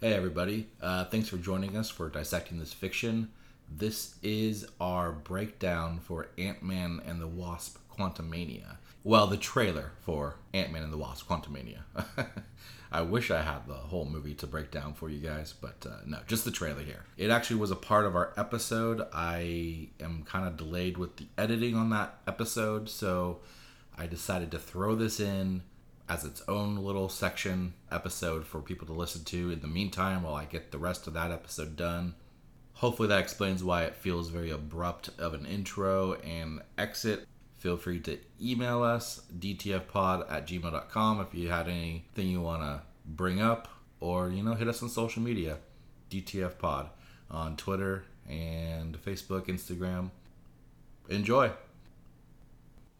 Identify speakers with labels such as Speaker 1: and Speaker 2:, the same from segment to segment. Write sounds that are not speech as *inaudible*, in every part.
Speaker 1: Hey, everybody. Uh, thanks for joining us for Dissecting This Fiction. This is our breakdown for Ant Man and the Wasp Quantumania. Well, the trailer for Ant Man and the Wasp Quantumania. *laughs* I wish I had the whole movie to break down for you guys, but uh, no, just the trailer here. It actually was a part of our episode. I am kind of delayed with the editing on that episode, so I decided to throw this in as its own little section episode for people to listen to in the meantime while I get the rest of that episode done. Hopefully, that explains why it feels very abrupt of an intro and exit. Feel free to email us, dtfpod at gmail.com, if you had anything you want to bring up, or, you know, hit us on social media, dtfpod, on Twitter and Facebook, Instagram. Enjoy!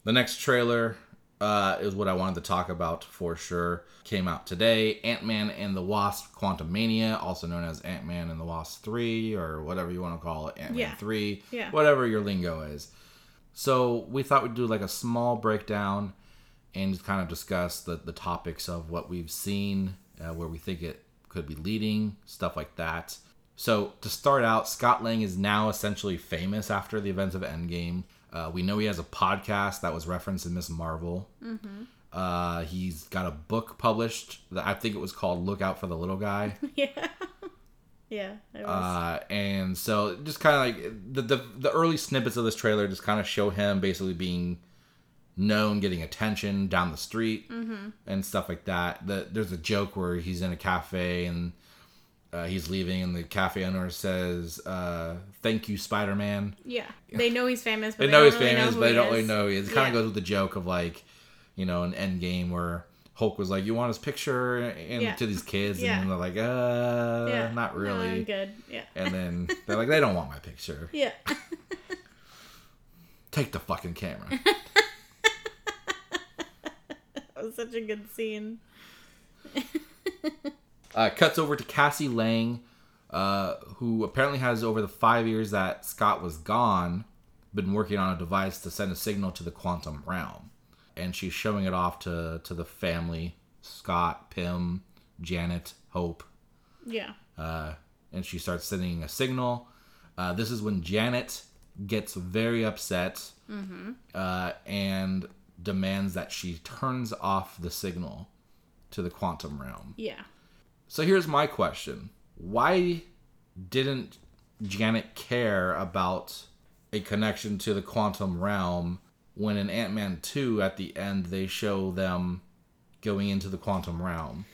Speaker 1: The next trailer uh, is what I wanted to talk about for sure. Came out today. Ant Man and the Wasp: Quantumania, also known as Ant Man and the Wasp Three, or whatever you want to call it, Ant Man
Speaker 2: Yeah.
Speaker 1: Three,
Speaker 2: Yeah.
Speaker 1: whatever your lingo is. So we thought we'd do like a small breakdown and just kind of discuss the the topics of what we've seen, uh, where we think it could be leading, stuff like that. So to start out, Scott Lang is now essentially famous after the events of Endgame. Uh, we know he has a podcast that was referenced in Miss Marvel. Uh, he's got a book published that I think it was called "Look Out for the Little Guy."
Speaker 2: Yeah. yeah. It was.
Speaker 1: Uh, and so just kind of like the, the the early snippets of this trailer just kind of show him basically being known, getting attention down the street
Speaker 2: Mm-hmm.
Speaker 1: and stuff like that. The, there's a joke where he's in a cafe and uh, he's leaving, and the cafe owner says, uh, "Thank you, Spider Man."
Speaker 2: yeah. They know he's famous, but
Speaker 1: They
Speaker 2: they,
Speaker 1: know
Speaker 2: don't
Speaker 1: he's
Speaker 2: really
Speaker 1: famous,
Speaker 2: know who
Speaker 1: but they
Speaker 2: he
Speaker 1: don't really
Speaker 2: is.
Speaker 1: know. who he is. It kind of
Speaker 2: Yeah.
Speaker 1: goes with the joke of like, you know, an end game where Hulk was like, "You want his picture?" and
Speaker 2: Yeah.
Speaker 1: to these kids,
Speaker 2: Yeah.
Speaker 1: and they're like, "Uh,
Speaker 2: Yeah.
Speaker 1: not
Speaker 2: No,
Speaker 1: really."
Speaker 2: I'm good. Yeah.
Speaker 1: And then they're like, they don't want my picture.
Speaker 2: Yeah. *laughs*
Speaker 1: Take the fucking camera.
Speaker 2: that was such a good scene.
Speaker 1: Uh, cuts over to Cassie Lang, uh, who apparently has, over the five years that Scott was gone, been working on a device to send a signal to the quantum realm. And she's showing it off to, to the family Scott, Pym, Janet, Hope.
Speaker 2: Yeah.
Speaker 1: uh, and she starts sending a signal. Uh, this is when Janet gets very upset uh, and demands that she turns off the signal to the quantum realm.
Speaker 2: Yeah.
Speaker 1: So here's my question Why didn't Janet care about a connection to the quantum realm when in Ant Man 2 at the end they show them going into the quantum realm?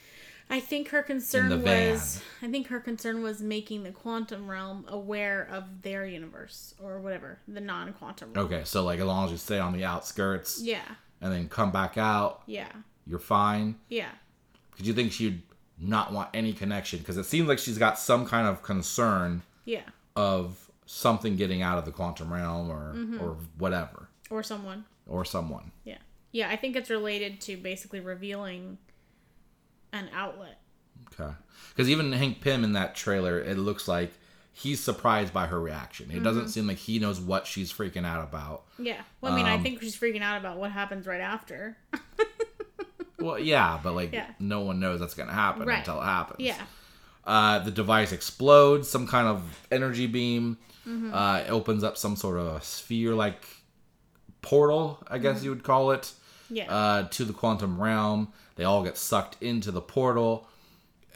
Speaker 2: I think her
Speaker 1: In
Speaker 2: concern
Speaker 1: the
Speaker 2: was I think her concern was making the quantum realm aware of their universe or whatever, the non quantum realm.
Speaker 1: Okay, so like as long as you stay on the outskirts
Speaker 2: Yeah.
Speaker 1: and then come back out
Speaker 2: Yeah.
Speaker 1: you're fine
Speaker 2: Yeah.
Speaker 1: because you think she'd not want any connection because it seems like she's got some kind of concern
Speaker 2: Yeah.
Speaker 1: of something getting out of the quantum realm or
Speaker 2: Mm-hmm.
Speaker 1: or whatever
Speaker 2: Or someone.
Speaker 1: or someone
Speaker 2: Yeah. Yeah, I think it's related to basically revealing an outlet.
Speaker 1: okay because even hank pym in that trailer it looks like he's surprised by her reaction it
Speaker 2: Mm-hmm.
Speaker 1: doesn't seem like he knows what she's freaking out about
Speaker 2: Yeah. Well, I mean,
Speaker 1: Um,
Speaker 2: I think she's freaking out about what happens right after. *laughs*
Speaker 1: well yeah but like
Speaker 2: Yeah.
Speaker 1: no one knows that's gonna happen
Speaker 2: Right.
Speaker 1: until it happens
Speaker 2: Yeah.
Speaker 1: Uh, the device explodes, some kind of energy beam. Uh, it opens up some sort of sphere like portal, I guess you would call it,
Speaker 2: Yeah.
Speaker 1: uh, to the quantum realm. They all get sucked into the portal.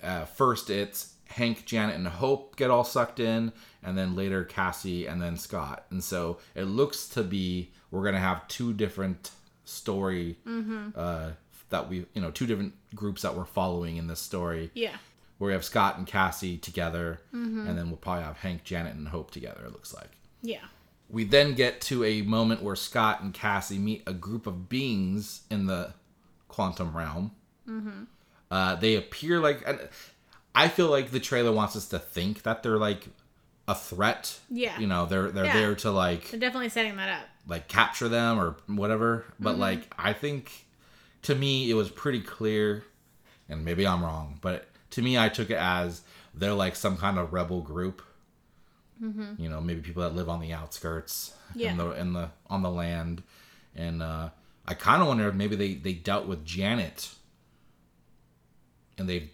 Speaker 1: Uh, first, it's Hank, Janet, and Hope get all sucked in, and then later Cassie and then Scott. And so it looks to be we're going to have two different story uh, that we, you know, two different groups that we're following in this story
Speaker 2: yeah.
Speaker 1: where we have Scott and Cassie together,
Speaker 2: Mm-hmm.
Speaker 1: and then we'll probably have Hank, Janet, and Hope together, it looks like.
Speaker 2: Yeah.
Speaker 1: We then get to a moment where Scott and Cassie meet a group of beings in the quantum realm.
Speaker 2: Mm-hmm.
Speaker 1: Uh, they appear like. and I feel like the trailer wants us to think that they're like a threat.
Speaker 2: Yeah.
Speaker 1: You know, they're they're
Speaker 2: Yeah.
Speaker 1: there to like
Speaker 2: They're definitely setting that up.
Speaker 1: like capture them or whatever. But like I think to me it was pretty clear and maybe I'm wrong, but to me I took it as they're like some kind of rebel group. You know, maybe people that live on the outskirts
Speaker 2: Yeah.
Speaker 1: in the in the on the land. And uh I kinda wonder if maybe they, they dealt with Janet and they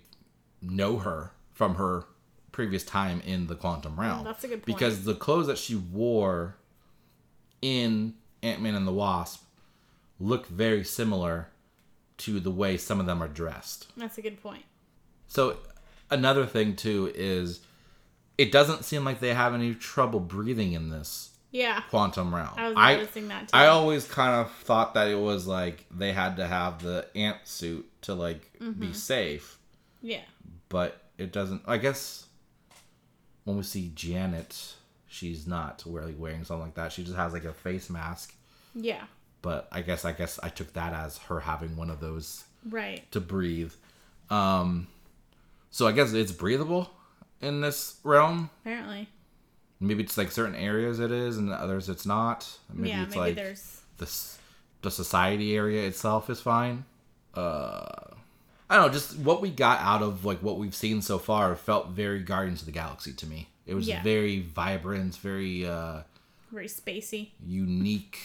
Speaker 1: know her from her previous time in the quantum realm.
Speaker 2: Mm, That's a good point.
Speaker 1: Because the clothes that she wore in Ant Man and the Wasp look very similar to the way some of them are dressed.
Speaker 2: That's a good point.
Speaker 1: So another thing too is it doesn't seem like they have any trouble breathing in this
Speaker 2: Yeah.
Speaker 1: quantum realm.
Speaker 2: I was
Speaker 1: I-
Speaker 2: noticing that too.
Speaker 1: I always kind of thought that it was like they had to have the ant suit to like
Speaker 2: Mm-hmm.
Speaker 1: be safe,
Speaker 2: yeah.
Speaker 1: but it doesn't. I guess when we see Janet, she's not really wearing something like that. She just has like a face mask.
Speaker 2: Yeah.
Speaker 1: But I guess I guess I took that as her having one of those
Speaker 2: Right.
Speaker 1: to breathe. Um, so I guess it's breathable in this realm.
Speaker 2: Apparently.
Speaker 1: Maybe it's like certain areas it is, and others it's not. Maybe
Speaker 2: yeah.
Speaker 1: it's
Speaker 2: Maybe
Speaker 1: like
Speaker 2: there's.
Speaker 1: the s- the society area itself is fine. Uh, I don't know, just what we got out of like what we've seen so far felt very Guardians of the Galaxy to me. It was
Speaker 2: Yeah.
Speaker 1: very vibrant, very uh,
Speaker 2: Very spacey.
Speaker 1: unique,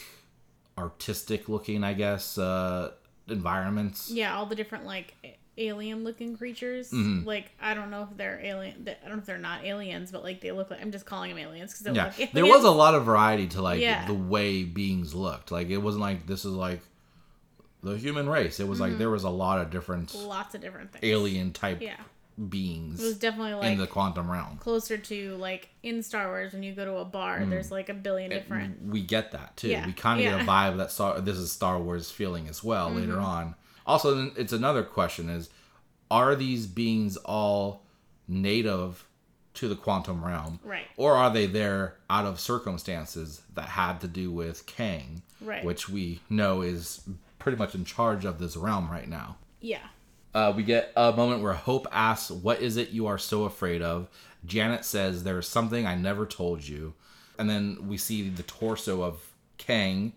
Speaker 1: artistic looking, I guess, uh, environments.
Speaker 2: Yeah. All the different like alien looking creatures.
Speaker 1: Mm-hmm.
Speaker 2: Like I don't know if they're alien. I don't know if they're not aliens, but like they look like I'm just calling them aliens because they
Speaker 1: Yeah,
Speaker 2: look. *laughs* Aliens.
Speaker 1: there was a lot of variety to like
Speaker 2: Yeah.
Speaker 1: the way beings looked. Like it wasn't like this is like the human race. It was like there was a lot of different
Speaker 2: Mm-hmm. lots of different things.
Speaker 1: alien type
Speaker 2: Yeah.
Speaker 1: beings
Speaker 2: It was definitely
Speaker 1: in
Speaker 2: like
Speaker 1: the quantum realm.
Speaker 2: closer to like in Star Wars when you go to a bar. There's
Speaker 1: Mm.
Speaker 2: like a billion different.
Speaker 1: we get that too.
Speaker 2: Yeah,
Speaker 1: We kind of
Speaker 2: yeah. Mm-hmm.
Speaker 1: get a vibe that Star, this is Star Wars feeling as well later on. Also, then it's another question: is are these beings all native to the quantum realm,
Speaker 2: Right.
Speaker 1: or are they there out of circumstances that had to do with Kang,
Speaker 2: Right.
Speaker 1: which we know is pretty much in charge of this realm right now?
Speaker 2: Yeah.
Speaker 1: Uh, we get a moment where Hope asks, What is it you are so afraid of? Janet says, There's something I never told you. And then we see the torso of Kang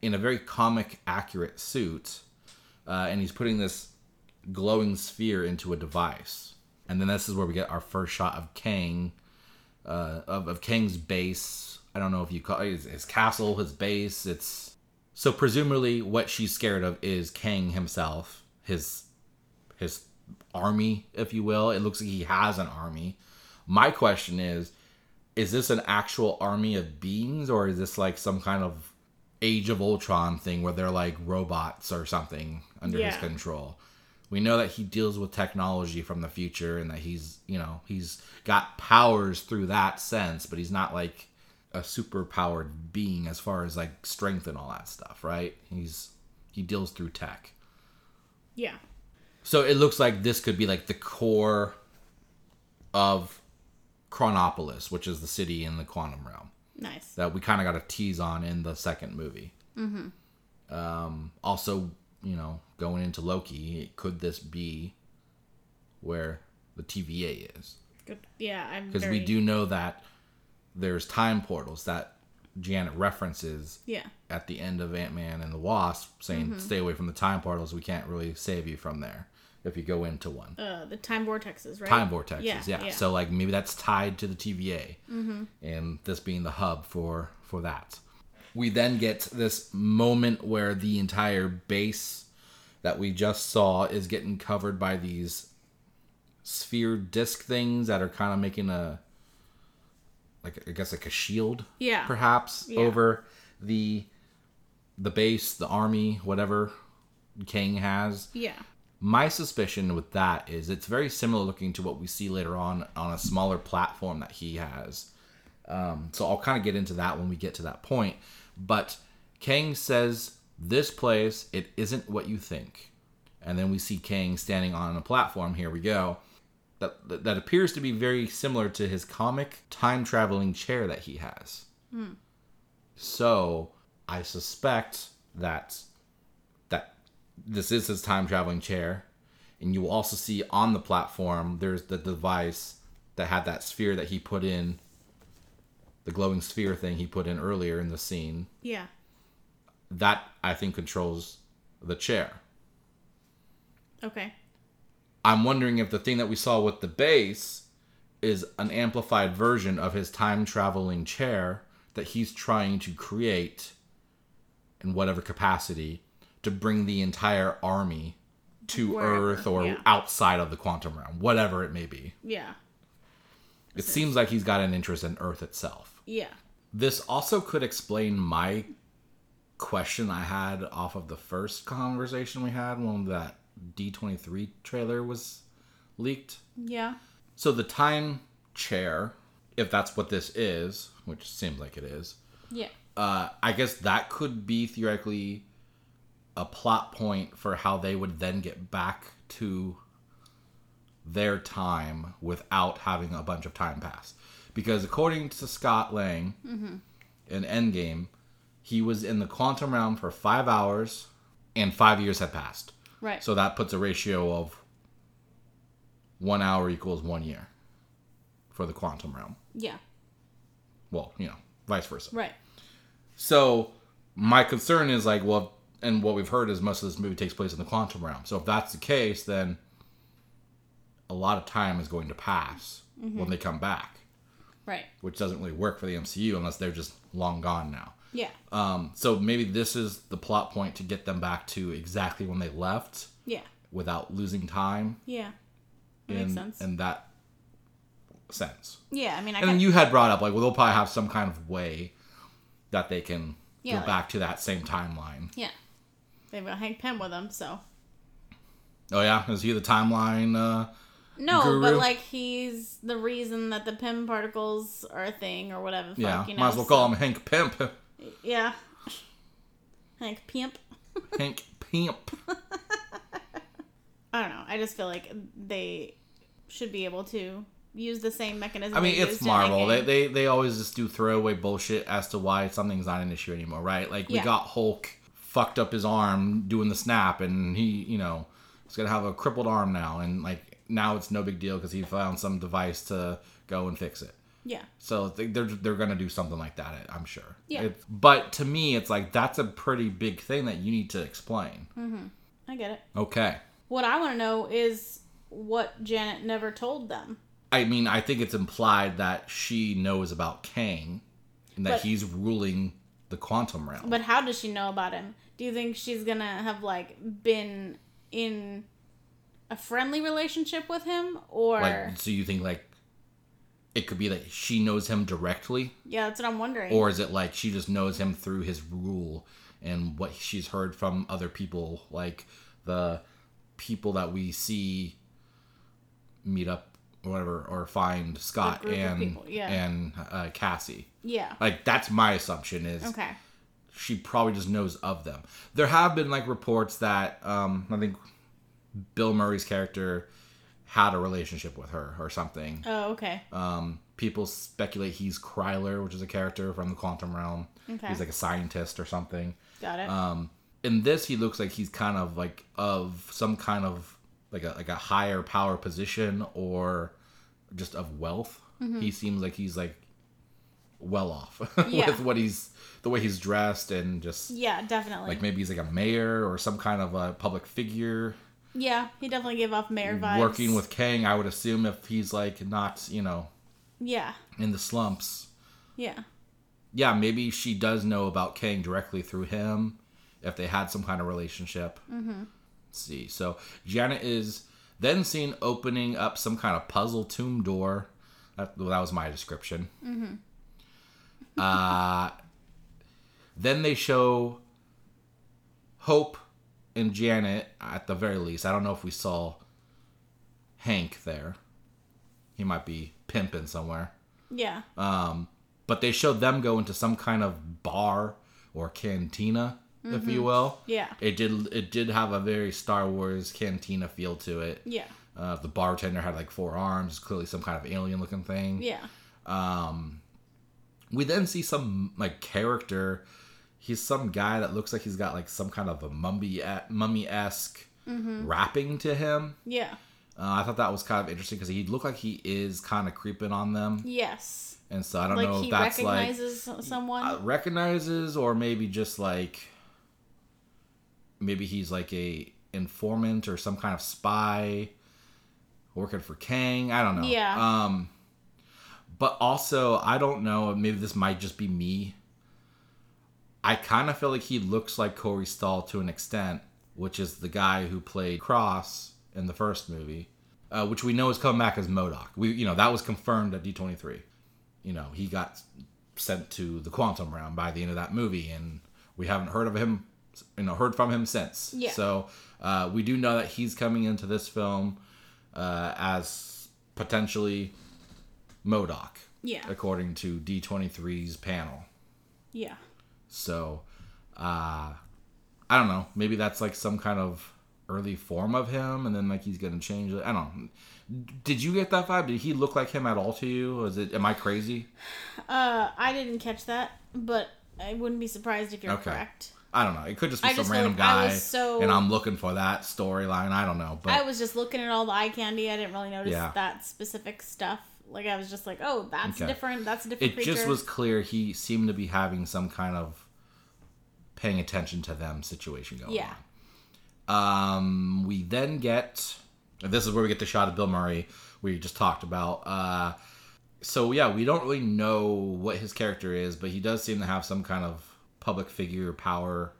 Speaker 1: in a very comic accurate suit. Uh, and he's putting this glowing sphere into a device. And then this is where we get our first shot of Kang, uh, of, of Kang's base. I don't know if you call it his, his castle, his base. It's so presumably, what she's scared of is Kang himself, his his army, if you will. It looks like he has an army. My question is, is this an actual army of beings, or is this like some kind of Age of Ultron thing where they're like robots or something under his
Speaker 2: Yeah.
Speaker 1: control? We know that he deals with technology from the future and that he's, you know, he's got powers through that sense, but he's not like a super powered being as far as like strength and all that stuff, right? He's he deals through tech.
Speaker 2: Yeah.
Speaker 1: So it looks like this could be like the core of Chronopolis, which is the city in the quantum realm
Speaker 2: Nice.
Speaker 1: that we kind of got a tease on in the second movie. Um, also, you know, going into Loki, could this be where the TVA is?
Speaker 2: Good. Yeah. I'm
Speaker 1: Because
Speaker 2: very-
Speaker 1: we do know that there's time portals that Janet references
Speaker 2: Yeah.
Speaker 1: at the end of Ant Man and the Wasp, saying, "Stay away from the time portals. We can't really save you from there if you go into one."
Speaker 2: Uh, the time vortexes, right?
Speaker 1: Time vortexes,
Speaker 2: Yeah,
Speaker 1: yeah,
Speaker 2: yeah. Mm-hmm.
Speaker 1: So like maybe that's tied to the TVA, and this being the hub for for that. We then get this moment where the entire base that we just saw is getting covered by these sphere disc things that are kind of making a like I guess like a shield,
Speaker 2: Yeah.
Speaker 1: perhaps
Speaker 2: Yeah.
Speaker 1: over the the base, the army, whatever King has.
Speaker 2: Yeah.
Speaker 1: My suspicion with that is it's very similar looking to what we see later on on a smaller platform that he has. Um, so I'll kind of get into that when we get to that point. But Kang says, This place, it isn't what you think. And then we see Kang standing on a platform. Here we go. That, that, that appears to be very similar to his comic time traveling chair that he has. So I suspect that that this is his time traveling chair and you will also see on the platform there's the device that had that sphere that he put in the glowing sphere thing he put in earlier in the scene
Speaker 2: Yeah.
Speaker 1: that i think controls the chair
Speaker 2: Okay.
Speaker 1: i'm wondering if the thing that we saw with the base is an amplified version of his time traveling chair that he's trying to create in whatever capacity to bring the entire army to
Speaker 2: Wherever,
Speaker 1: Earth or
Speaker 2: yeah.
Speaker 1: outside of the quantum realm, whatever it may be.
Speaker 2: Yeah.
Speaker 1: It seems like he's got an interest in Earth itself.
Speaker 2: Yeah.
Speaker 1: This also could explain my question I had off of the first conversation we had when that D23 trailer was leaked.
Speaker 2: Yeah.
Speaker 1: So the time chair, if that's what this is, which seems like it is,
Speaker 2: Yeah.
Speaker 1: uh, I guess that could be theoretically a plot point for how they would then get back to their time without having a bunch of time pass. Because according to Scott Lang in Endgame, he was in the quantum realm for five hours and five years had passed.
Speaker 2: Right.
Speaker 1: So that puts a ratio of one hour equals one year for the quantum realm.
Speaker 2: yeah.
Speaker 1: Well, you know, vice versa.
Speaker 2: Right.
Speaker 1: So my concern is like, well, and what we've heard is most of this movie takes place in the quantum realm. So if that's the case, then a lot of time is going to pass when they come back,
Speaker 2: Right.
Speaker 1: which doesn't really work for the MCU unless they're just long gone now.
Speaker 2: Yeah.
Speaker 1: Um, so maybe this is the plot point to get them back to exactly when they left
Speaker 2: Yeah.
Speaker 1: without losing time
Speaker 2: Yeah. That
Speaker 1: in,
Speaker 2: makes sense.
Speaker 1: in that sense.
Speaker 2: yeah. I mean, I
Speaker 1: And
Speaker 2: got,
Speaker 1: you had brought up like, well, they'll probably have some kind of way that they can
Speaker 2: Yeah,
Speaker 1: go
Speaker 2: like-
Speaker 1: back to that same timeline.
Speaker 2: yeah. They've got Hank Pym with them, so
Speaker 1: Oh yeah, is he the timeline? Uh,
Speaker 2: no, but
Speaker 1: Guru.
Speaker 2: like he's the reason that the Pym particles are a thing or whatever. the Fuck,
Speaker 1: yeah,
Speaker 2: You know,
Speaker 1: might as well
Speaker 2: so-
Speaker 1: call him Hank Pimp.
Speaker 2: Yeah. Hank Pimp.
Speaker 1: Hank
Speaker 2: *laughs*
Speaker 1: Pimp.
Speaker 2: I don't know. I just feel like they should be able to use the same mechanism.
Speaker 1: I mean,
Speaker 2: they
Speaker 1: it's
Speaker 2: used in
Speaker 1: Marvel. They,
Speaker 2: Endgame.
Speaker 1: they they always just do throwaway bullshit as to why something's not an issue anymore, right? Like we
Speaker 2: Yeah.
Speaker 1: got Hulk fucked up his arm doing the snap, and he you know he's gonna have a crippled arm now, and like now it's no big deal because he found some device to go and fix it.
Speaker 2: yeah.
Speaker 1: So they- they're they're gonna do something like that, I'm sure.
Speaker 2: Yeah.
Speaker 1: It's- but to me, it's like that's a pretty big thing that you need to explain.
Speaker 2: Mm-hmm. I get it.
Speaker 1: Okay.
Speaker 2: What I want to know is what Janet never told them.
Speaker 1: I mean, I think it's implied that she knows about Kang and that
Speaker 2: But-
Speaker 1: he's ruling the quantum realm.
Speaker 2: But how does she know about him? Do you think she's gonna have like been in a friendly relationship with him, or
Speaker 1: like, so you think like it could be that she knows him directly,
Speaker 2: yeah, that's what I'm wondering.
Speaker 1: or is it like she just knows him through his rule and what she's heard from other people, like the people that we see meet up or whatever, or find Scott
Speaker 2: group of
Speaker 1: and
Speaker 2: people, yeah.
Speaker 1: and uh, Cassie.
Speaker 2: yeah,
Speaker 1: Like that's my assumption is
Speaker 2: okay,
Speaker 1: she probably just knows of them. There have been like reports that um, I think Bill Murray's character had a relationship with her or something.
Speaker 2: oh okay,
Speaker 1: Um, people speculate he's Kryler, which is a character from the quantum realm.
Speaker 2: Okay.
Speaker 1: He's like a scientist or something.
Speaker 2: got it.
Speaker 1: Um, in this, he looks like he's kind of like of some kind of like a like a higher power position or just of wealth.
Speaker 2: Mm-hmm.
Speaker 1: He seems like he's like well off *laughs*
Speaker 2: Yeah.
Speaker 1: with what he's the way he's dressed and just
Speaker 2: yeah, definitely.
Speaker 1: like maybe he's like a mayor or some kind of a public figure
Speaker 2: yeah, he definitely gave off mayor vibes.
Speaker 1: working with Kang. I would assume if he's like not, you know,
Speaker 2: yeah,
Speaker 1: in the slumps.
Speaker 2: yeah,
Speaker 1: Yeah, maybe she does know about Kang directly through him if they had some kind of relationship. Mm-hmm. see. So Janet is then seen opening up some kind of puzzle tomb door. That, well, that was my description. Mm-hmm. uh, then they show Hope and Janet at the very least. I don't know if we saw Hank there. He might be pimping somewhere.
Speaker 2: yeah,
Speaker 1: Um, but they showed them go into some kind of bar or cantina, if
Speaker 2: Mm-hmm.
Speaker 1: you will.
Speaker 2: yeah,
Speaker 1: It did. It did have a very Star Wars cantina feel to it.
Speaker 2: yeah,
Speaker 1: Uh, the bartender had like four arms, clearly some kind of alien-looking thing.
Speaker 2: yeah,
Speaker 1: We then see some like character. He's some guy that looks like he's got like some kind of a mummy mummy esque
Speaker 2: Mm-hmm.
Speaker 1: wrapping to him.
Speaker 2: yeah.
Speaker 1: Uh, I thought that was kind of interesting because he looked like he is kind of creeping on them,
Speaker 2: Yes,
Speaker 1: and so I don't
Speaker 2: like
Speaker 1: know
Speaker 2: he
Speaker 1: if that's like
Speaker 2: recognizes someone.
Speaker 1: uh, recognizes or maybe just like maybe he's like a informant or some kind of spy working for Kang. I don't know.
Speaker 2: Yeah.
Speaker 1: Um but also I don't know, maybe this might just be me. I kind of feel like he looks like Corey Stahl to an extent which is the guy who played Cross in the first movie, uh, which we know is coming back as Modoc. We, you know, that was confirmed at D23. You know, he got sent to the quantum realm by the end of that movie, and we haven't heard of him, you know, heard from him since.
Speaker 2: Yeah.
Speaker 1: So uh, we do know that he's coming into this film uh, as potentially Modoc,
Speaker 2: Yeah.
Speaker 1: according to D23's panel.
Speaker 2: Yeah.
Speaker 1: So, uh, I don't know. Maybe that's like some kind of early form of him, and then like he's gonna change it. I don't. know. Did you get that vibe? Did he look like him at all to you? Is it? Am I crazy?
Speaker 2: Uh, I didn't catch that, but I wouldn't be surprised if you're
Speaker 1: Okay.
Speaker 2: correct.
Speaker 1: I don't know. It could just be
Speaker 2: I
Speaker 1: some
Speaker 2: just
Speaker 1: random
Speaker 2: like- I
Speaker 1: guy,
Speaker 2: was so-
Speaker 1: and I'm looking for that storyline. I don't know, but
Speaker 2: I was just looking at all the eye candy. I didn't really notice
Speaker 1: Yeah.
Speaker 2: that specific stuff. Like I was just like, oh, that's
Speaker 1: Okay.
Speaker 2: different. That's a different
Speaker 1: it
Speaker 2: creature.
Speaker 1: just was clear he seemed to be having some kind of paying attention to them situation going
Speaker 2: Yeah.
Speaker 1: on. Um, we then get and this is where we get the shot of Bill Murray we just talked about. Uh, so yeah, we don't really know what his character is, but he does seem to have some kind of public figure power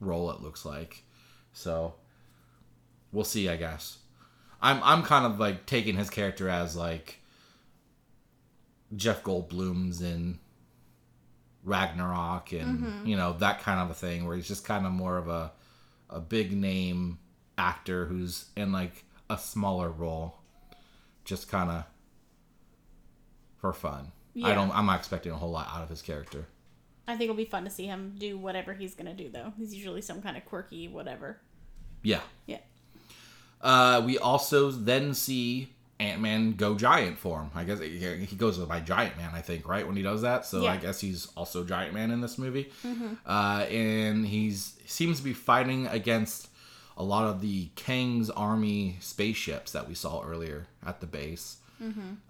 Speaker 1: role. It looks like. So we'll see. I guess I'm I'm kind of like taking his character as like Jeff Goldblum's in Ragnarok and you know that kind of a thing where he's just kind of more of a a big name actor who's in like a smaller role just kind of for fun. I
Speaker 2: Yeah.
Speaker 1: don't I'm not expecting a whole lot out of his character.
Speaker 2: I think it'll be fun to see him do whatever he's gonna do though. He's usually some kind of quirky whatever.
Speaker 1: Yeah.
Speaker 2: Yeah.
Speaker 1: Uh, we also then see Ant Man go giant form. I guess he he goes by Giant Man, I think, right? When he does that, so I
Speaker 2: Yeah.
Speaker 1: guess he's also Giant Man in this movie. Uh, and he's seems to be fighting against a lot of the Kang's army spaceships that we saw earlier at the base.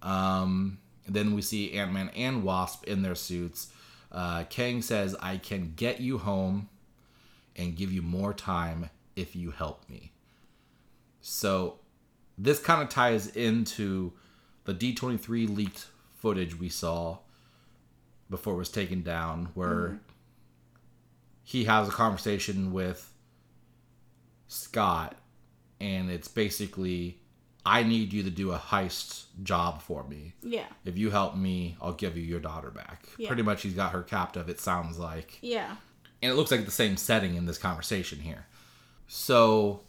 Speaker 1: Um, then we see Ant Man and Wasp in their suits. Uh, Kang says, "I can get you home, and give you more time if you help me." So this kind of ties into the D23 leaked footage we saw before it was taken down, where he has a conversation with Scott, and it's basically, I need you to do a heist job for me.
Speaker 2: Yeah.
Speaker 1: If you help me, I'll give you your daughter back.
Speaker 2: Yeah.
Speaker 1: Pretty much, he's got her captive, it sounds like
Speaker 2: Yeah.
Speaker 1: and it looks like the same setting in this conversation here. So,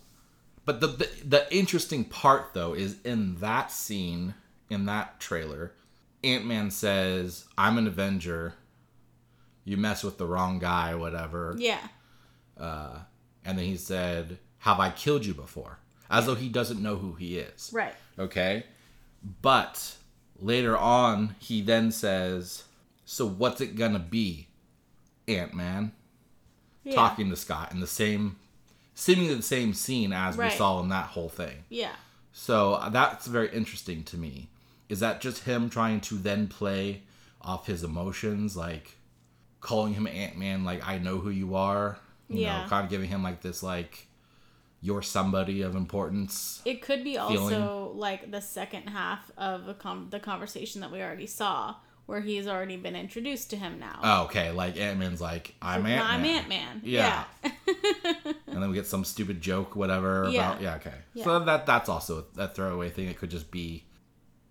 Speaker 1: but the, the the interesting part though is in that scene in that trailer, Ant Man says, "I'm an Avenger. You mess with the wrong guy, whatever."
Speaker 2: Yeah.
Speaker 1: And then he said, "Have I killed you before?" As though he doesn't know who he is.
Speaker 2: Right.
Speaker 1: Okay. But later on, he then says, "So what's it gonna be, Ant Man?"
Speaker 2: Yeah.
Speaker 1: talking to Scott in the same, seemingly the same scene as we
Speaker 2: Right.
Speaker 1: saw in that whole thing.
Speaker 2: Yeah.
Speaker 1: So uh, that's very interesting to me. Is that just him trying to then play off his emotions, like calling him Ant Man, like I know who you are, you know,
Speaker 2: Yeah.
Speaker 1: kind of giving him like this, like you're somebody of importance.
Speaker 2: It could be also like the second half of a com- the conversation that we already saw, where he's already been introduced to him now.
Speaker 1: Oh, okay, like Ant Man's like I'm Ant Man,
Speaker 2: I'm Ant Man.
Speaker 1: Yeah.
Speaker 2: Yeah. *laughs*
Speaker 1: and then we get some stupid joke, whatever.
Speaker 2: Yeah.
Speaker 1: About, yeah. Okay.
Speaker 2: Yeah.
Speaker 1: So that that's also a throwaway thing. It could just be.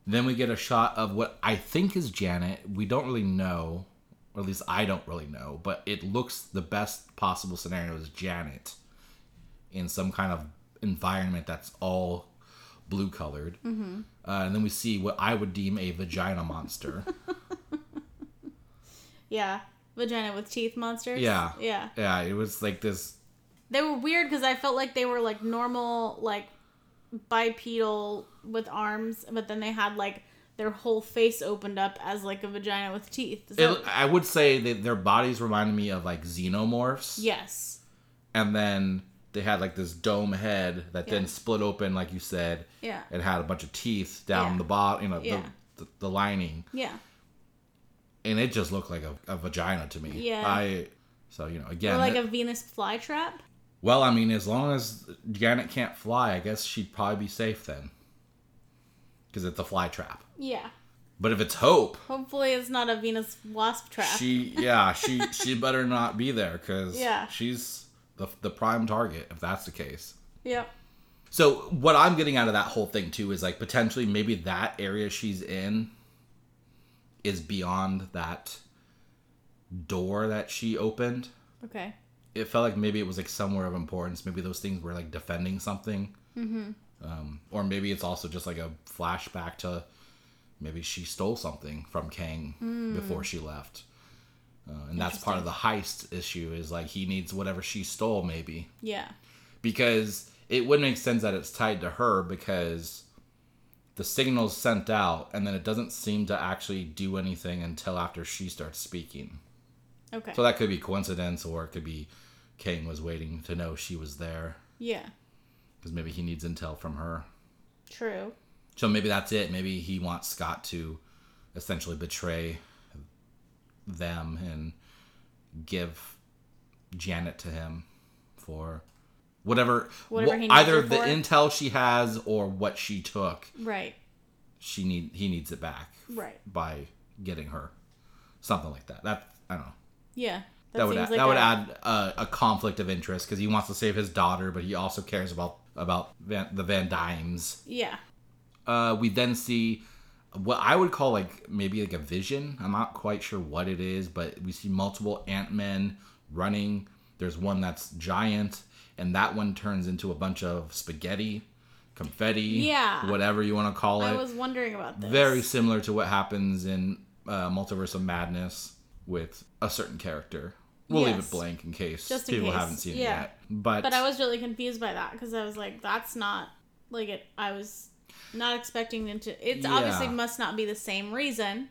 Speaker 1: Then we get a shot of what I think is Janet. We don't really know, or at least I don't really know, but it looks the best possible scenario is Janet in some kind of environment that's all blue colored. Mm-hmm. Uh, and then we see what I would deem a vagina
Speaker 2: *laughs*
Speaker 1: monster.
Speaker 2: Yeah. Vagina with teeth monsters.
Speaker 1: Yeah.
Speaker 2: Yeah.
Speaker 1: yeah, it was like this
Speaker 2: They were weird because I felt like they were like normal, like bipedal with arms, but then they had like their whole face opened up as like a vagina with teeth. So,
Speaker 1: It, I would say that their bodies reminded me of like xenomorphs.
Speaker 2: yes.
Speaker 1: And then they had like this dome head that then
Speaker 2: Yeah.
Speaker 1: split open, like you said.
Speaker 2: Yeah.
Speaker 1: It had a bunch of teeth down
Speaker 2: Yeah.
Speaker 1: the bottom, you know,
Speaker 2: Yeah.
Speaker 1: the, the, the lining.
Speaker 2: Yeah.
Speaker 1: And it just looked like a, a vagina to me.
Speaker 2: Yeah.
Speaker 1: I, so, you know, again.
Speaker 2: or like
Speaker 1: it-
Speaker 2: a Venus flytrap.
Speaker 1: well, I mean, as long as Janet can't fly, I guess she'd probably be safe then. Because it's a fly trap.
Speaker 2: Yeah.
Speaker 1: But if it's Hope,
Speaker 2: Hopefully it's not a Venus wasp trap.
Speaker 1: she, yeah, she, she better not be there because
Speaker 2: *laughs* Yeah.
Speaker 1: she's the, the prime target if that's the case.
Speaker 2: Yeah.
Speaker 1: So what I'm getting out of that whole thing too is like potentially maybe that area she's in is beyond that door that she opened.
Speaker 2: Okay.
Speaker 1: It felt like maybe it was like somewhere of importance. Maybe those things were like defending something, mm-hmm. um, or maybe it's also just like a flashback to maybe she stole something from Kang before she left, uh, and that's part of the heist issue. Is like he needs whatever she stole, maybe
Speaker 2: Yeah.
Speaker 1: because it would make sense that it's tied to her because the signal's sent out and then it doesn't seem to actually do anything until after she starts speaking.
Speaker 2: Okay.
Speaker 1: So that could be coincidence or it could be Kang was waiting to know she was there
Speaker 2: yeah.
Speaker 1: because maybe he needs intel from her.
Speaker 2: True.
Speaker 1: So maybe that's it. Maybe he wants Scott to essentially betray them and give Janet to him for whatever,
Speaker 2: Whatever he needs
Speaker 1: either
Speaker 2: her
Speaker 1: the
Speaker 2: for.
Speaker 1: intel she has or what she took.
Speaker 2: Right.
Speaker 1: She need he needs it back
Speaker 2: Right.
Speaker 1: by getting her something like that. That I don't know.
Speaker 2: Yeah.
Speaker 1: That, would add, that would add a, a conflict of interest because he wants to save his daughter, but he also cares about about Van, the Van Dymes.
Speaker 2: Yeah.
Speaker 1: uh, we then see what I would call like maybe like a vision. I'm not quite sure what it is, but we see multiple ant men running. There's one that's giant, and that one turns into a bunch of spaghetti, confetti,
Speaker 2: Yeah.
Speaker 1: whatever you want to call
Speaker 2: I
Speaker 1: it.
Speaker 2: was wondering about this.
Speaker 1: Very similar to what happens in uh, Multiverse of Madness with a certain character. We'll leave
Speaker 2: Yes.
Speaker 1: it blank in case
Speaker 2: Just in
Speaker 1: people
Speaker 2: case,
Speaker 1: haven't seen
Speaker 2: yeah.
Speaker 1: it yet. But,
Speaker 2: But I was really confused by that because I was like, that's not like it. I was not expecting them to. It's
Speaker 1: Yeah.
Speaker 2: obviously must not be the same reason.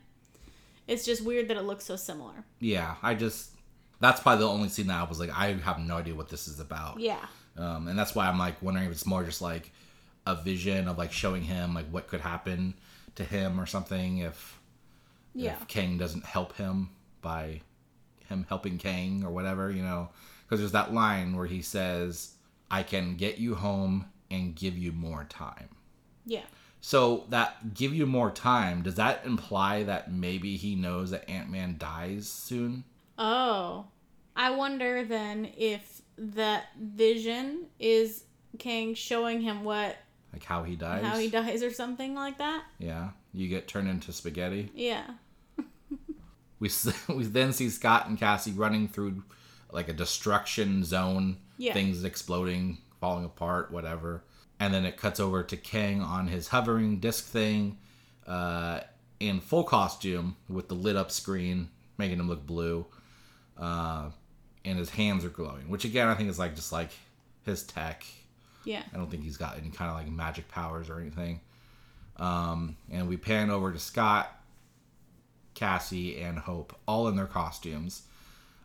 Speaker 2: It's just weird that it looks so similar.
Speaker 1: yeah, I just that's probably the only scene that I was like, I have no idea what this is about.
Speaker 2: Yeah.
Speaker 1: um, and that's why I'm like wondering if it's more just like a vision of like showing him like what could happen to him or something if
Speaker 2: Yeah.
Speaker 1: if Kang doesn't help him by him helping Kang or whatever you know because there's that line where he says I can get you home and give you more time
Speaker 2: Yeah.
Speaker 1: so that give you more time does that imply that maybe he knows that Ant Man dies soon
Speaker 2: Oh. I wonder then if that vision is Kang showing him what
Speaker 1: like how he dies
Speaker 2: how he dies or something like that.
Speaker 1: yeah you get turned into spaghetti
Speaker 2: Yeah.
Speaker 1: We s- *laughs* we then see Scott and Cassie running through like a destruction zone,
Speaker 2: Yeah.
Speaker 1: things exploding, falling apart, whatever. And then it cuts over to Kang on his hovering disc thing, uh, in full costume with the lit up screen, making him look blue. Uh, and his hands are glowing, which again I think is like just like his tech.
Speaker 2: Yeah.
Speaker 1: I don't think he's got any kind of like magic powers or anything. Um, and we pan over to Scott, Cassie, and Hope, all in their costumes.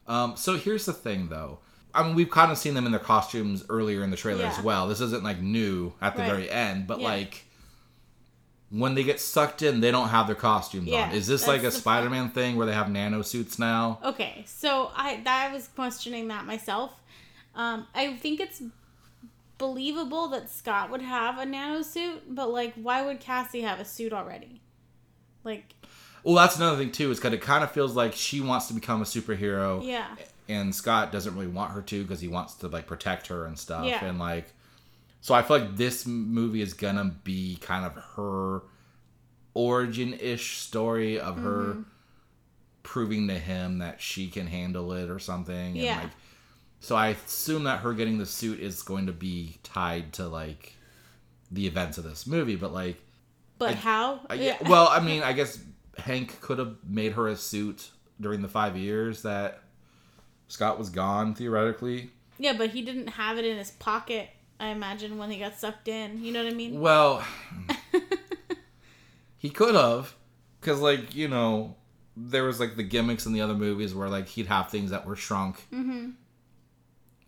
Speaker 1: Um, so here's the thing, though. I mean, we've kind of seen them in their costumes earlier in the trailer as
Speaker 2: Yeah.
Speaker 1: well. This isn't like new at the
Speaker 2: Right.
Speaker 1: very end, but
Speaker 2: Yeah.
Speaker 1: like when they get sucked in, they don't have their costumes
Speaker 2: Yeah,
Speaker 1: on. Is this
Speaker 2: that's
Speaker 1: like a
Speaker 2: the point.
Speaker 1: Spider Man thing where they have nano suits now?
Speaker 2: Okay, so I that I was questioning that myself. Um, I think it's believable that Scott would have a nano suit, but like, why would Cassie have a suit already? Like,
Speaker 1: Well, that's another thing, too, is because it kind of feels like she wants to become a superhero.
Speaker 2: yeah,
Speaker 1: and Scott doesn't really want her to because he wants to like protect her and stuff
Speaker 2: Yeah.
Speaker 1: and like so I feel like this m- movie is gonna be kind of her origin ish story of
Speaker 2: Mm-hmm.
Speaker 1: her proving to him that she can handle it or something
Speaker 2: Yeah.
Speaker 1: and like so I assume that her getting the suit is going to be tied to like the events of this movie but like
Speaker 2: but how?
Speaker 1: I- Uh, yeah. well I mean I guess Hank could have made her a suit during the 5 years that Scott was gone theoretically
Speaker 2: yeah, but he didn't have it in his pocket. I imagine when he got sucked in, you know what I mean?
Speaker 1: Well, he could have, because like you know, there was like the gimmicks in the other movies where like he'd have things that were shrunk, and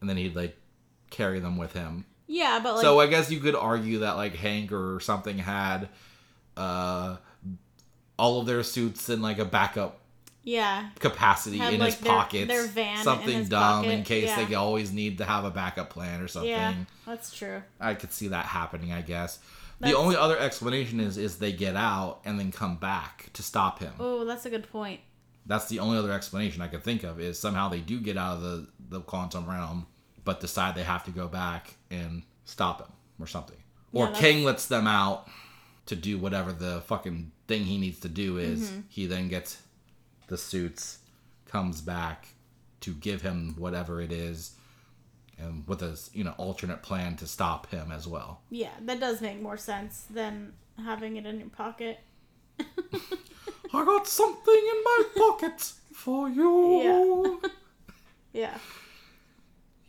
Speaker 1: then he'd like carry them with him.
Speaker 2: Yeah, but like,
Speaker 1: so I guess you could argue that like Hank or something had uh all of their suits in like a backup
Speaker 2: yeah,
Speaker 1: capacity
Speaker 2: Had,
Speaker 1: in
Speaker 2: like,
Speaker 1: his
Speaker 2: their-
Speaker 1: pockets
Speaker 2: their van in
Speaker 1: something
Speaker 2: his
Speaker 1: dumb in
Speaker 2: pocket,
Speaker 1: case
Speaker 2: yeah.
Speaker 1: they always need to have a backup plan or something
Speaker 2: yeah, that's true.
Speaker 1: I could see that happening, I guess. the
Speaker 2: That's-
Speaker 1: only other explanation is is they get out and then come back to stop him.
Speaker 2: Oh, that's a good point.
Speaker 1: That's the only other explanation I could think of is somehow they do get out of the, the quantum realm but decide they have to go back and stop him or something. Or
Speaker 2: that's-
Speaker 1: King lets them out to do whatever the fucking thing he needs to do is. He then gets the suits, comes back to give him whatever it is, and with a you know alternate plan to stop him as well.
Speaker 2: Yeah, that does make more sense than having it in your pocket.
Speaker 1: I got something in my pocket for you. Yeah,
Speaker 2: Yeah.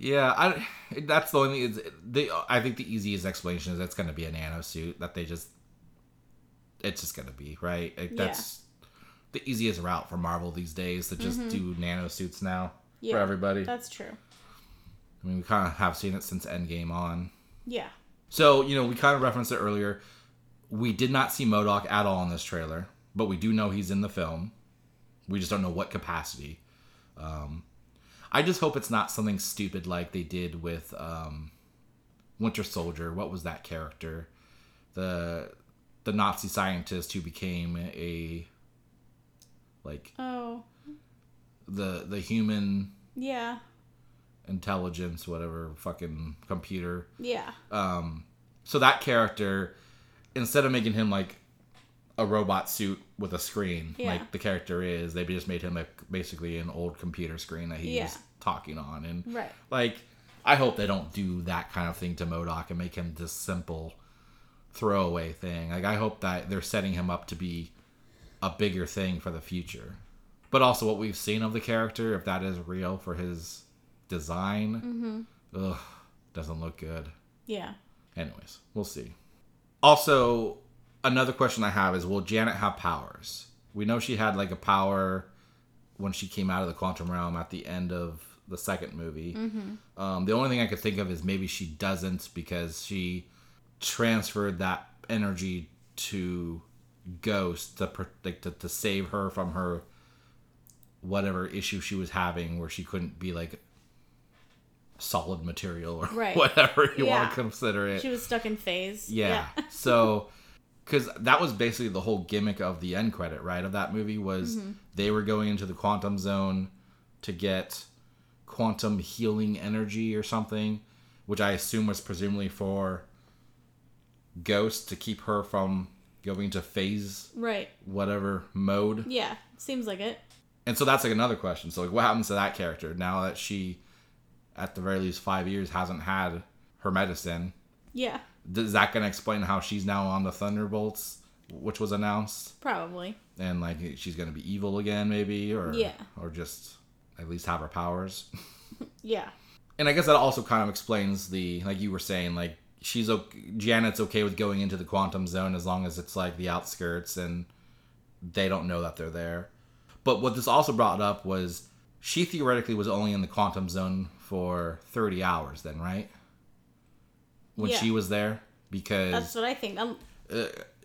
Speaker 1: I, that's the only thing. Is, they, I think the easiest explanation is that's going to be a nano suit that they just. It's just going to be right. Like, That's the easiest route for Marvel these days to just do nano suits now
Speaker 2: Yeah.
Speaker 1: for everybody.
Speaker 2: That's true.
Speaker 1: I mean, we kind of have seen it since Endgame on.
Speaker 2: Yeah.
Speaker 1: So, you know, we kind of referenced it earlier. We did not see Modoc at all in this trailer, but we do know he's in the film. We just don't know what capacity. Um, I just hope it's not something stupid like they did with um, Winter Soldier. What was that character? The the Nazi scientist who became a like
Speaker 2: Oh.
Speaker 1: the the human
Speaker 2: Yeah.
Speaker 1: intelligence whatever fucking computer
Speaker 2: Yeah.
Speaker 1: so that character instead of making him like a robot suit with a screen
Speaker 2: Yeah.
Speaker 1: like the character is they just made him like basically an old computer screen that he
Speaker 2: Yeah.
Speaker 1: was talking on and
Speaker 2: Right.
Speaker 1: like i hope they don't do that kind of thing to modoc and make him this simple throwaway thing like i hope that they're setting him up to be a bigger thing for the future but also what we've seen of the character if that is real for his design
Speaker 2: Mm-hmm.
Speaker 1: ugh, doesn't look good
Speaker 2: Yeah.
Speaker 1: Anyways, we'll see. Also, another question I have is will Janet have powers? We know she had like a power when she came out of the quantum realm at the end of the second movie.
Speaker 2: Mm-hmm.
Speaker 1: Um, the only thing I could think of is maybe she doesn't because she transferred that energy to Ghost to protect to, to save her from her whatever issue she was having where she couldn't be like solid material or *laughs*
Speaker 2: Right.
Speaker 1: whatever you want
Speaker 2: Yeah.
Speaker 1: to consider it.
Speaker 2: She was stuck in phase.
Speaker 1: Yeah. so, because that was basically the whole gimmick of the end credit, right? Of that movie was
Speaker 2: Mm-hmm.
Speaker 1: they were going into the quantum zone to get quantum healing energy or something, which I assume was presumably for Ghost to keep her from going into phase
Speaker 2: *laughs* Right.
Speaker 1: whatever mode.
Speaker 2: Yeah. Seems like it.
Speaker 1: And so that's like another question. So like, what happens to that character now that she, at the very least, five years hasn't had her medicine?
Speaker 2: Yeah.
Speaker 1: is that gonna explain how she's now on the Thunderbolts, which was announced,
Speaker 2: Probably.
Speaker 1: and like she's gonna be evil again, maybe, or
Speaker 2: Yeah.
Speaker 1: or just at least have her powers.
Speaker 2: Yeah.
Speaker 1: And I guess that also kind of explains the like you were saying, like she's okay, Janet's okay with going into the quantum zone as long as it's like the outskirts and they don't know that they're there. But what this also brought up was she theoretically was only in the quantum zone for 30 hours then, right? When
Speaker 2: Yeah.
Speaker 1: she was there because
Speaker 2: That's what I think. Um,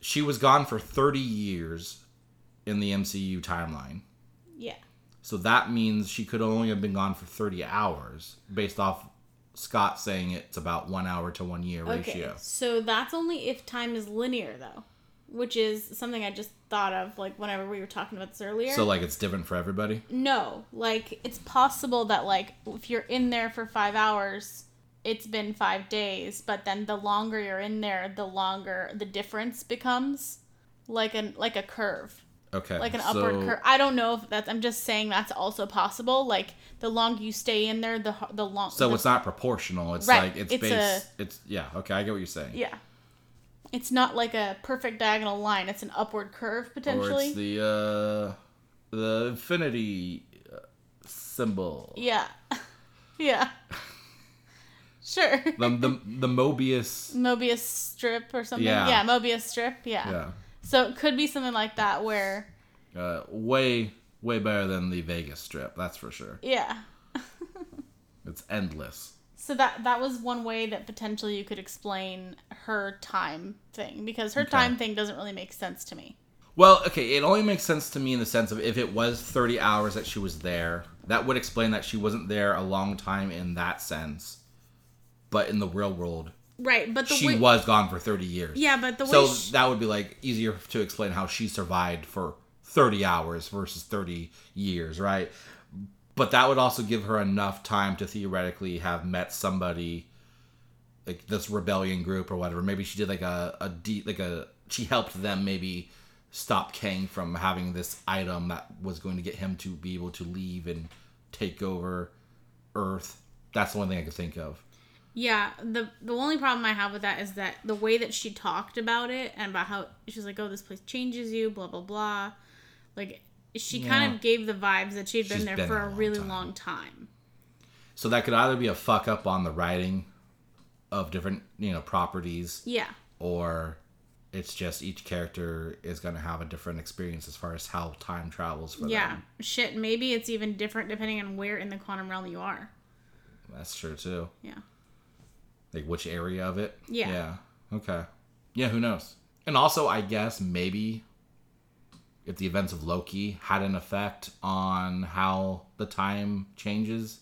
Speaker 1: she was gone for 30 years in the MCU timeline.
Speaker 2: yeah.
Speaker 1: So that means she could only have been gone for 30 hours based off Scott saying it's about 1 hour to 1 year
Speaker 2: Okay.
Speaker 1: ratio.
Speaker 2: So that's only if time is linear, though, which is something I just thought of, like, whenever we were talking about this earlier.
Speaker 1: So like it's different for everybody.
Speaker 2: no. Like, it's possible that, like, if you're in there for five hours, it's been five days, but then the longer you're in there, the longer the difference becomes like an like a curve.
Speaker 1: Okay.
Speaker 2: like an
Speaker 1: so,
Speaker 2: upward curve. I don't know if that's. I'm just saying that's also possible. Like the longer you stay in there, the h- the long.
Speaker 1: So
Speaker 2: the,
Speaker 1: it's not proportional. It's
Speaker 2: Right,
Speaker 1: like it's,
Speaker 2: it's
Speaker 1: based
Speaker 2: a-
Speaker 1: it's yeah, okay, I get what you're saying.
Speaker 2: yeah. It's not like a perfect diagonal line. It's an upward curve
Speaker 1: or
Speaker 2: potentially.
Speaker 1: it's the uh the infinity uh, symbol.
Speaker 2: yeah, *laughs* yeah. Sure.
Speaker 1: The, the the Mobius
Speaker 2: Mobius strip or something.
Speaker 1: Yeah.
Speaker 2: Yeah, Mobius strip. Yeah.
Speaker 1: yeah.
Speaker 2: So it could be something like that where
Speaker 1: Uh, way way better than the Vegas strip, that's for sure.
Speaker 2: yeah.
Speaker 1: It's endless.
Speaker 2: So that that was one way that potentially you could explain her time thing because her time thing doesn't really make sense to me.
Speaker 1: Well, okay, it only makes sense to me in the sense of if it was 30 hours that she was there, that would explain that she wasn't there a long time in that sense. But in the real world,
Speaker 2: Right, but the
Speaker 1: she
Speaker 2: way-
Speaker 1: was gone for 30 years.
Speaker 2: Yeah, but the
Speaker 1: So
Speaker 2: way she,
Speaker 1: that would be like easier to explain how she survived for 30 hours versus 30 years, right? But that would also give her enough time to theoretically have met somebody like this rebellion group or whatever. Maybe she did like a, a de- like a she helped them maybe stop Kang from having this item that was going to get him to be able to leave and take over Earth. That's the one thing I could think of.
Speaker 2: Yeah, the the only problem I have with that is that the way that she talked about it and about how she's like, "Oh, this place changes you," blah blah blah. Like she kind
Speaker 1: Yeah.
Speaker 2: of gave the vibes that she'd been
Speaker 1: She's
Speaker 2: there
Speaker 1: been
Speaker 2: for
Speaker 1: there a
Speaker 2: a
Speaker 1: long
Speaker 2: really
Speaker 1: time.
Speaker 2: long time.
Speaker 1: So that could either be a fuck up on the writing of different, you know, properties
Speaker 2: Yeah,
Speaker 1: or it's just each character is going to have a different experience as far as how time travels for
Speaker 2: yeah.
Speaker 1: them.
Speaker 2: Shit, maybe it's even different depending on where in the quantum realm you are.
Speaker 1: That's true too.
Speaker 2: Yeah.
Speaker 1: Like which area of it?
Speaker 2: Yeah.
Speaker 1: Yeah. Okay. Yeah, who knows? And also, I guess maybe if the events of Loki had an effect on how the time changes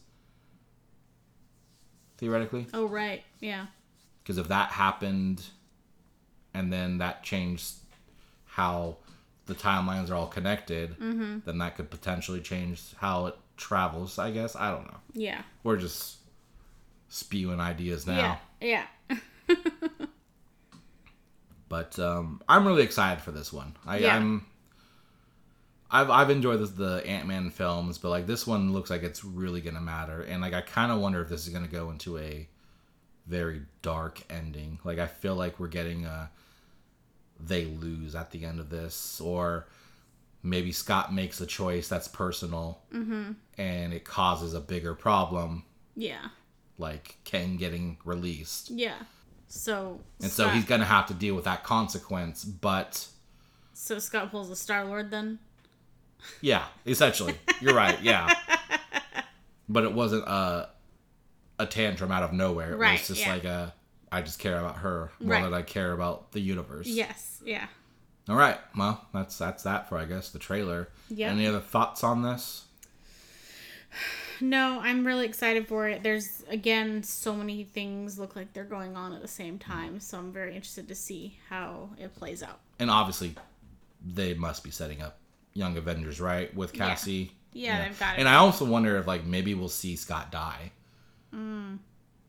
Speaker 1: theoretically.
Speaker 2: Oh right. Yeah.
Speaker 1: because if that happened and then that changed how the timelines are all connected then that could potentially change how it travels i guess i don't know
Speaker 2: Yeah.
Speaker 1: we're just spewing ideas now
Speaker 2: Yeah. Yeah.
Speaker 1: but um, i'm really excited for this one I,
Speaker 2: Yeah.
Speaker 1: i'm I've, I've enjoyed this, the ant-man films but like this one looks like it's really gonna matter and like i kind of wonder if this is gonna go into a very dark ending like i feel like we're getting a they lose at the end of this or maybe scott makes a choice that's personal
Speaker 2: Mm-hmm.
Speaker 1: and it causes a bigger problem
Speaker 2: Yeah.
Speaker 1: like ken getting released
Speaker 2: Yeah. So
Speaker 1: and so
Speaker 2: Scott-
Speaker 1: he's gonna have to deal with that consequence but
Speaker 2: so Scott pulls a Star Lord then.
Speaker 1: Yeah, essentially. You're right. Yeah. But it wasn't a a tantrum out of nowhere. It
Speaker 2: Right,
Speaker 1: was just
Speaker 2: yeah.
Speaker 1: like a I just care about her more
Speaker 2: Right.
Speaker 1: than I care about the universe.
Speaker 2: Yes. Yeah.
Speaker 1: All right. Well, that's that's that for I guess the trailer.
Speaker 2: Yeah.
Speaker 1: Any other thoughts on this?
Speaker 2: No, I'm really excited for it. There's again so many things look like they're going on at the same time, so I'm very interested to see how it plays out.
Speaker 1: And obviously, they must be setting up Young Avengers, right? With Cassie.
Speaker 2: Yeah, they've got it.
Speaker 1: And I also wonder if like maybe we'll see Scott die,
Speaker 2: That's
Speaker 1: and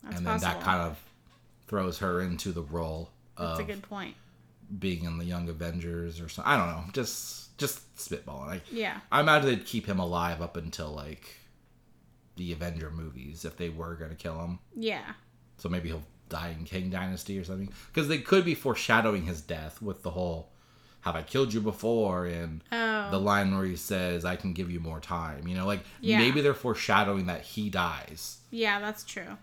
Speaker 1: then
Speaker 2: possible.
Speaker 1: that kind of throws her into the role
Speaker 2: That's
Speaker 1: of
Speaker 2: a good point.
Speaker 1: being in the Young Avengers or something. I don't know. Just just spitballing. I,
Speaker 2: Yeah.
Speaker 1: I imagine they'd keep him alive up until like the Avenger movies if they were gonna kill him.
Speaker 2: Yeah.
Speaker 1: So maybe he'll die in King Dynasty or something. Because they could be foreshadowing his death with the whole "Have I killed you before?" and
Speaker 2: Oh.
Speaker 1: the line where he says, "I can give you more time." You know, like
Speaker 2: Yeah.
Speaker 1: maybe they're foreshadowing that he dies
Speaker 2: yeah, that's true.